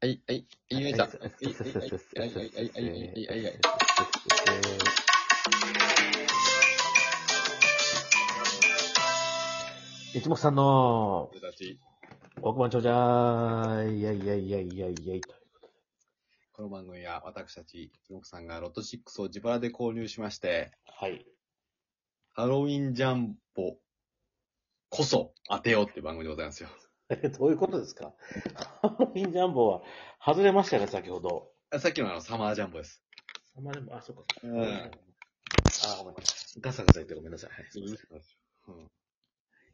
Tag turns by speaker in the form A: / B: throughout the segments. A: はい、はい、言いました。はい、はい、はい、はい、はい、はい、はい。
B: 一目さんの
A: 俺たち、
B: 億万長者いやいやいやいやいやい
A: この番組は私たち、つもくさんがロット6を自腹で購入しまして、
B: はい。
A: ハロウィンジャンボこそ当てようっていう番組でございますよ。
B: どういうことですかハロウィンジャンボは外れましたね、先ほど。
A: あさっきのあの、サマージャンボです。
B: あんまでも、あ、そっか。
A: う
B: あ、ごめんなさ
A: ガサガサ言ってごめんなさい。はいすいませんう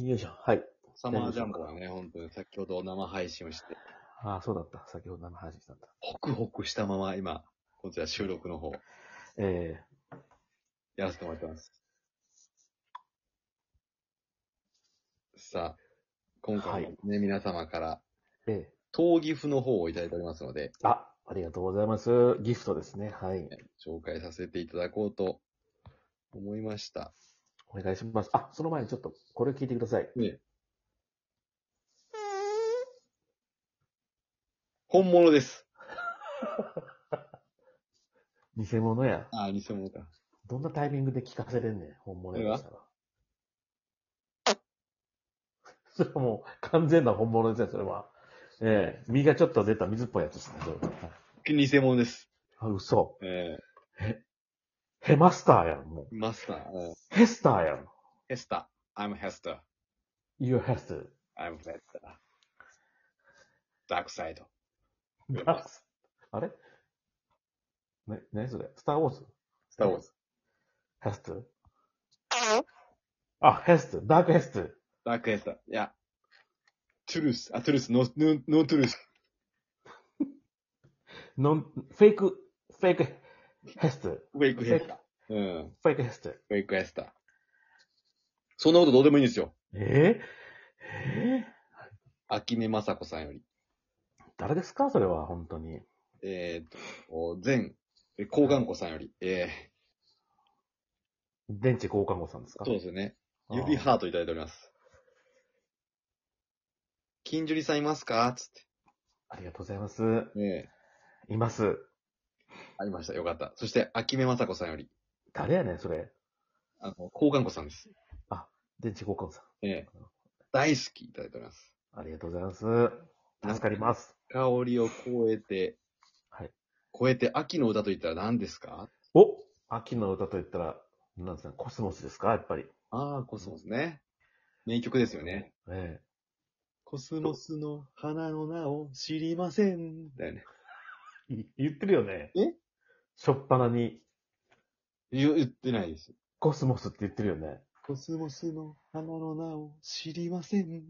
A: ん
B: い。よいしょ。はい。
A: サマージャンボはね、本当に先ほど生配信をして、
B: ああ、そうだった。先ほどの話したんだ。
A: ホクホクしたまま今、こちら収録の方、
B: え
A: やらせてもらってます。さあ、今回もね、皆様から、
B: ええ
A: 闘技譜の方をいただいておりますので、
B: えあ、ありがとうございます。ギフトですね。はい。
A: 紹介させていただこうと思いました。
B: お願いします。あ、その前にちょっと、これ聞いてください。
A: 本物です。
B: 偽物や。
A: ああ、偽物か。
B: どんなタイミングで聞かせれんねん、本物やでしたら。それはもう完全な本物ですね、それは。ええ身がちょっと出た水っぽいやつですね、それは。
A: 偽物です。
B: あ、嘘。
A: え
B: ヘマスターやん、もう。
A: ー、マスター。えー
B: ヘスターやん。
A: ヘスター。I'm Hester.
B: You have to.
A: I'm Hester. ダークサイド。
B: あれね、何それスターウォーズ
A: スターウォーズ。
B: ヘストあ、ヘストダークヘスト
A: ダークエスター。いや。トゥルース。あ、トゥルース。ノー、ノー、ノートゥルース。
B: ノン、フェイク、フェイクヘスト
A: ウェイク
B: フ
A: ヘ
B: ェイ
A: ス
B: ク
A: ター。うん。
B: フェイクヘスト
A: ウェイクヘスター。そんなことどうでもいいんですよ。
B: ええええ
A: 秋目雅子さんより。
B: 誰ですかそれは、本当に。
A: えー、と、前、え高眼子さんより。え
B: 電池交換後さんですか
A: ー、そうですね。
B: あー
A: 指ハートいただいております。金樹里さんいますかつって。
B: ありがとうございます。
A: え
B: います。
A: えありました。よかった。そして、秋目雅子さんより。
B: 誰やねん、それ。
A: あの、高眼子さんです。
B: 電池交換後さ
A: ええ大好きいただいております。
B: ん。ありがとうございます。助かります。
A: 香りを超えて、
B: はい。
A: 超えて秋の歌と言ったら何ですか
B: お秋の歌と言ったら、なんですか、コスモスですかやっぱり。
A: ああ、コスモスね。名曲ですよね。
B: ええ
A: コスモスの花の名を知りません。だよね。
B: い言ってるよね。
A: え
B: しょっぱなに、
A: 言言ってないです。
B: コスモスって言ってるよね。
A: コスモスの花の名を知りません。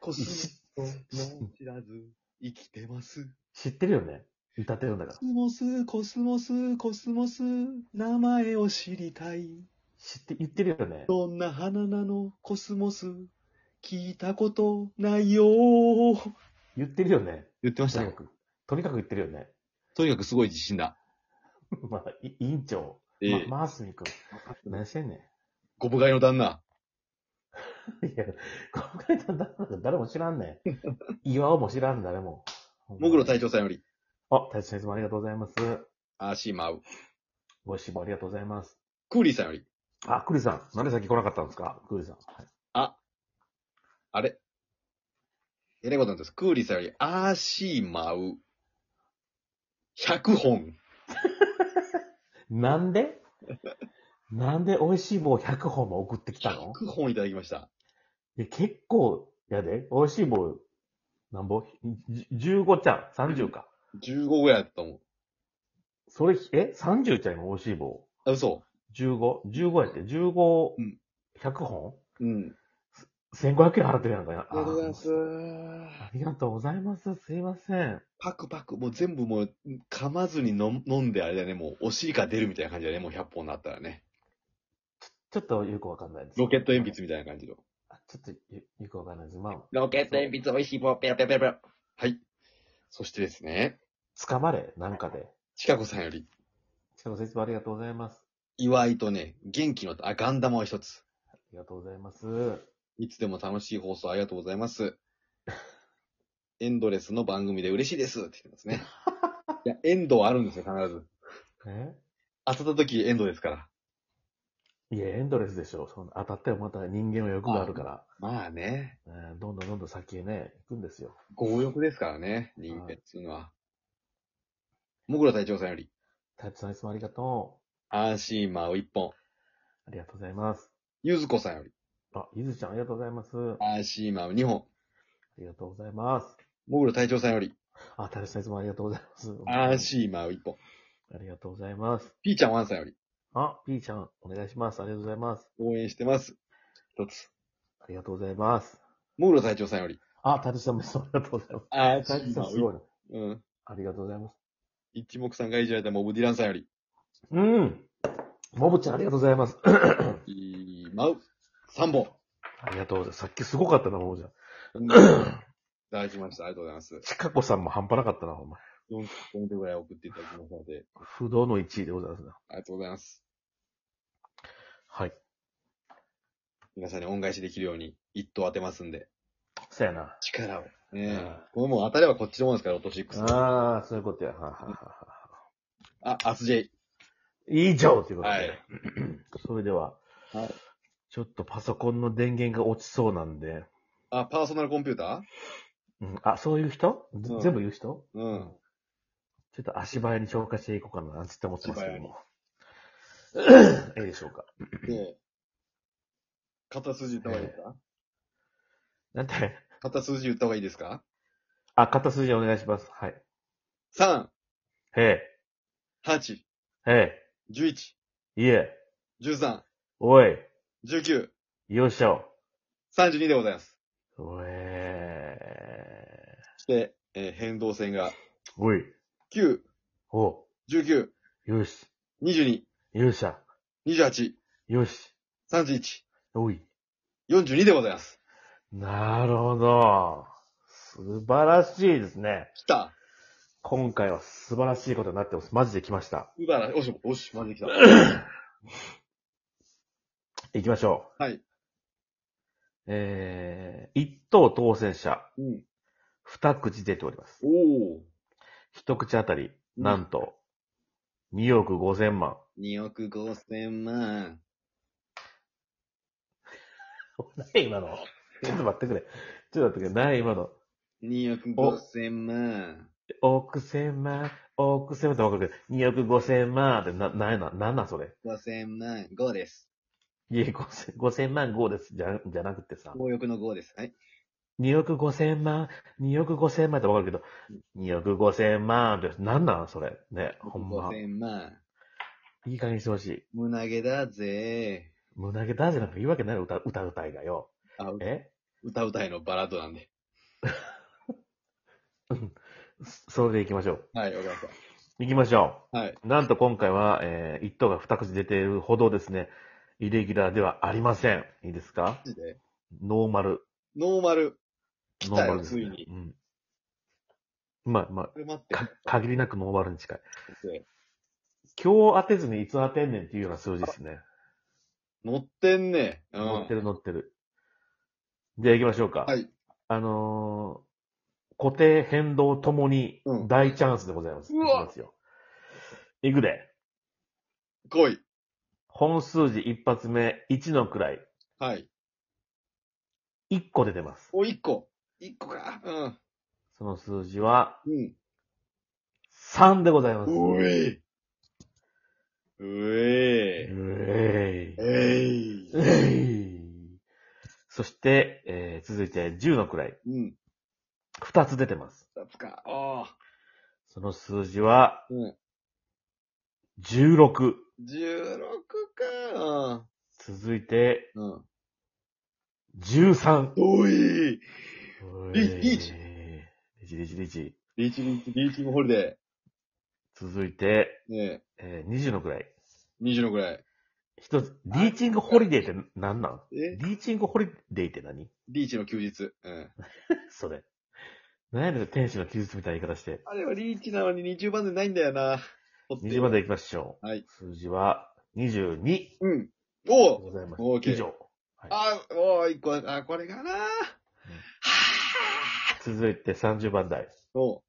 A: コスモスの名を知らず 生きてます。
B: 知ってるよね。歌ってるんだか
A: コ
B: ら。
A: スモス、コスモス、コスモス、名前を知りたい。
B: 知って、言ってるよね。
A: どんな花なのコスモス、聞いたことないよ
B: 言ってるよね。
A: 言ってまし
B: と
A: た
B: に。かく。とにかく言ってるよね。
A: とにかくすごい自信だ。
B: まあ、い委員長。
A: ええ
B: ま、マースミ君。何してんねん。
A: ご部外の旦那。
B: いや、今回の誰も誰も知らんね ん。岩尾も知らん、誰も。
A: もぐろ隊長さんより、
B: あ、大地先生もありがとうございます。
A: あーしまう。
B: ご視聴ありがとうございます。
A: クーリーさんより、
B: あ、クリさん、なんでさっき来なかったんですかクリさん。はい
A: あれ。えらいことなんです。クーリーさんより、あーしまう。100本。
B: な んでなんで美味しい棒100本も送ってきたの
A: 100本いただきました。
B: いや結構、やで。美味しい棒、なんぼじ ?15 ちゃん、30か。
A: 15ぐらいだったと思う。
B: それ、え ?30 ちゃん今美味しい棒。
A: あ、嘘。
B: 15、15やって、15
A: うん、
B: 100本
A: うん。
B: 1500円払ってるやんか。
A: ありがとうございます。
B: ありがとうございます。すいません。
A: パクパク、もう全部もう、噛まずに飲飲んであれだね、もう、お尻が出るみたいな感じだね、もう100本になったらね。
B: ちょっとよくわかんないです。
A: ロケット鉛筆みたいな感じの。
B: あ。ちょっとよよくわかんないです。まあ、
A: ロケット鉛筆美味しい棒、ペラペラペラペラ。はい。そしてですね、
B: 捕まれ、なんかで。
A: ちかこさんより、
B: ちの説明ありがとうございます。
A: 祝いとね、元気の、あ、ガンダムを一つ。
B: ありがとうございます。
A: いつでも楽しい放送ありがとうございます。 エンドレスの番組で嬉しいですって言ってます ね。いや、エンドはあるんですよ、必ず。
B: え
A: 当たった時エンドですから。
B: いや、エンドレスでしょ。その当たってもまた人間は欲があるから、
A: まあね、
B: えーどんどんどんどん先へね、行くんですよ。
A: 強欲ですからね、人間っていうのは。もぐら隊長さんより、
B: タイプさんいつもありがと
A: アーシーマーを一本。
B: う。ありがとうございます。
A: ゆずこさんより、
B: あ、ゆずちゃんありがとうございます。あ
A: アーシーマーを二本。
B: りがとうございます。
A: もぐら隊長さんより、
B: あ、タイプさんいつもありがとうございます。
A: アーシーマーを一本。
B: ありがとうございます。
A: ピーちゃんワンさんより、
B: あ、P ちゃん、お願いします。ありがとうございます。
A: 応援してます。一つ。
B: ありがとうございます。
A: もぐら隊長さんより、
B: あ、タイプさんもいつもありがとうございます。
A: アーシ
B: タイプ
A: ー
B: さん
A: マーを
B: す
A: 一本。
B: ごいな。
A: うん。
B: ありがとうございます。
A: 一目散がいじられたモブディランさんより、
B: うん。もぶちゃんありがとうございます。
A: いーまう。三 本。
B: ありがとうございます。さっきすごかったな、もぶちゃん。
A: いただきました。ありがとうございます。
B: ちかこさんも半端なかったな、お前。
A: 4ポイントぐらい送っていただきましたので、
B: 不動の1位でございますな。
A: ありがとうございます。
B: はい。
A: 皆さんに恩返しできるように、一投当てますんで。
B: そやな。
A: 力を。ねえ
B: あ。
A: これもう当たればこっちのもんですから、落としックス。あ、
B: ああ、そういうことや。はははは
A: アスジェイ。
B: 以上ということで。
A: はい。
B: それでは、
A: はい
B: ちょっとパソコンの電源が落ちそうなんで、
A: あ、パーソナルコンピュータ
B: うん、あ、そういう人、ぜ
A: うん
B: 全部言う人
A: ーうん。
B: ちょっと足早に消化していこうかな、なんつって思ってますけども。 いいでしょうか。
A: で、片筋言った方がいいですか
B: なんて、
A: 片筋言った方がいいですか
B: あ、片筋お願いします。はい。
A: ?3、
B: へ
A: 8、
B: え、へ
A: 11、
B: え、いえ、
A: 13、
B: おい、
A: 19、
B: よいしょ。
A: 32でございます。
B: おえ
A: そして、えー変動線が
B: ー、おい、
A: 9、
B: お、
A: 19、
B: よし、
A: 22、
B: よっしゃ、
A: 28、
B: よし、
A: 31、
B: おい。
A: 42でございます。
B: なるほど。素晴らしいですね。
A: 来た
B: 今回は素晴らしいことになってます。マジで来ました。
A: うだら、おし、おし、マジ で来た。
B: 行きましょう。
A: はい。
B: えー、一等当選者、
A: うん。
B: 二口出ております。
A: おー。
B: 一口あたり、
A: うん
B: なんと、2億5千万。
A: 2億5千万。
B: 何今のちょっと待ってくれ。ちょっと待ってくれ。何今の。
A: 2億5千万。
B: 億千万、億千万ってわかるけど、2億5千万ってな、何やな、何なんそれ。
A: 5千万、5です。
B: いや、5千、5千万5です。じゃ、じゃなくてさ。
A: 強欲の5です。はい。
B: 2億5千万、2億5千万ってわかるけど、2億5千万って、なんなんそれ。ね、ほんま
A: 5。千万。
B: いい加減にしてほしい。
A: 胸毛だぜ。
B: 胸毛だじゃなくていいわけないよ歌、歌歌いがよ。
A: あ、う
B: え
A: 歌うたいのバラードなんで。
B: そそれで行きましょう。
A: はい、わかりまし
B: 行きましょ
A: た。はい。
B: う。なんと今回は、えー、一等が二口出ているほどですね、イレギュラーではありません。いいですか
A: マジで
B: ノーマル。
A: ノーマル。
B: ノ
A: た
B: ー
A: よ
B: マルです、ね。
A: ついに
B: うん。まあま
A: これ待っ
B: あ、
A: て
B: か。限りなくノーマルに近い。
A: 先
B: 今日当てずにいつ当てんねんっていうような数字ですね。
A: 生乗ってんね。うん。
B: 乗ってる乗ってる。じゃあ行きましょうか。
A: はい。
B: あのー固定変動ともに
A: うん
B: 大チャンスでございます。
A: うわ
B: いきますよ。いくで。
A: 来い。
B: 本数字一発目、1の位、
A: はい。
B: 1個出てます。
A: お、1個。1個か。
B: その数字は
A: うん。うん。
B: 3でございます。
A: うえうえ
B: えい。
A: えい。
B: えい。そして、えー続いて10の位、
A: うん。
B: 2つ出てます。
A: 二つか。ああ。
B: その数字は
A: うん。
B: 16。
A: 16か。
B: 続いて
A: うん。うん。
B: 13。
A: おいリーチリーチ
B: リーチリーチリーチ
A: リーチリーチ、リーチングホリデ
B: 続いて、
A: ー。ね
B: えー、20のくらい。
A: え、20のぐらい。
B: 一つ、リーチングホリデーって何なん
A: え
B: リーチングホリデーって何
A: リーチの休日。うん。
B: それ。何やねん、天使の記述みたいな言い方して。
A: あれはリーチなのに20番でないんだよな。取って
B: 20まで行きましょう。
A: はい。
B: 数字は22で
A: うん。おう
B: ございます。
A: OK
B: 以上。
A: あ、おう、一個、あ、これかな。はぁ
B: 続いて30番台。
A: おう。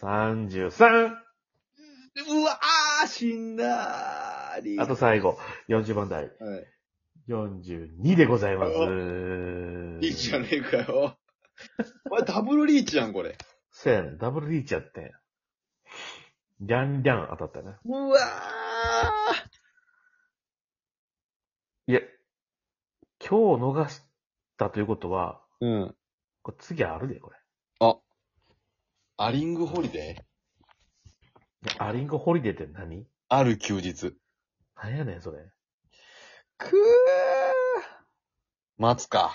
B: 33!
A: うわー、死んだー。
B: あと最後、40番台。
A: はい。
B: 42でございます。
A: リーチじゃねえかよ。これダブルリーチやん、これ。
B: そうやねん。ダブルリーチやってん。ギャンギャン当たったね。
A: うわ
B: いや、今日逃したということは、
A: ー。うん。
B: これ次あるで、これ。
A: アリングホリデー
B: いやアリンゴホリデーって何
A: ある休日。
B: 何やねん、それ。
A: くー。待つか。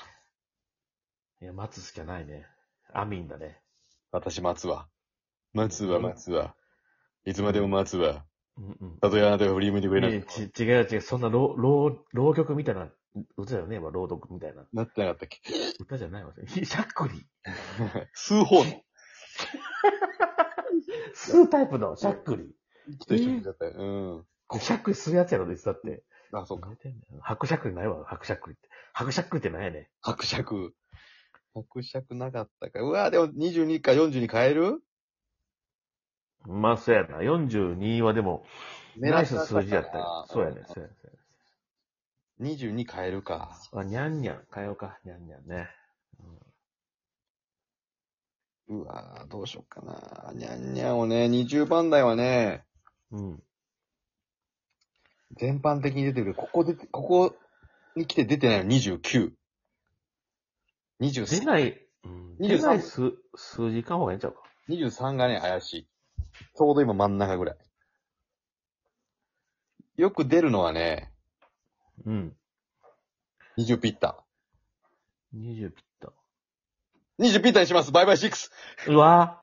B: いや、待つしかないね。アミンだね。
A: 私待つわ。待つわ、待つわ。いつまでも待つわ。
B: うんうん。
A: たとえあなたが振り向いてくれな
B: ね
A: い。
B: ち 違う違う、そんな浪、浪、浪曲みたいな歌だよね、今、朗読みたいな。
A: なってなかったっけ
B: 歌じゃないわ。 ひしゃっくり。
A: 数方の。
B: 吸うタイプのしゃっくり。
A: ちょっと一緒にだったよ。うん。
B: こうしゃっくりするやつやろ、実だって。
A: あ、そうか。
B: 何言ってんだよ白しゃっくりないわ、白しゃっくりって。白しゃっくりって何やねん。
A: 伯爵。伯爵なかったか。うわでも22か40に変える
B: まあ、そうやな。42はでも、ナイス数字やったよ。そうやね。そうやね。そうやね
A: 22変えるか。
B: あ、にゃんにゃん。変えようか。にゃんにゃんね。
A: うわどうしようかな。にゃんにゃんをね、20番台はね、
B: うん。
A: 全般的に出てるけど、ここで、ここに来て出てないの29。
B: 出
A: 23。
B: ない、うん、
A: 23
B: 出ない数、数字かん方がいいんちゃうか。
A: 23がね、怪しい。ちょうど今真ん中ぐらい。よく出るのはね、
B: うん。
A: 20ピッタ。
B: 20ピッタ。
A: 20ピッタにしますバイバイ 6!
B: うわ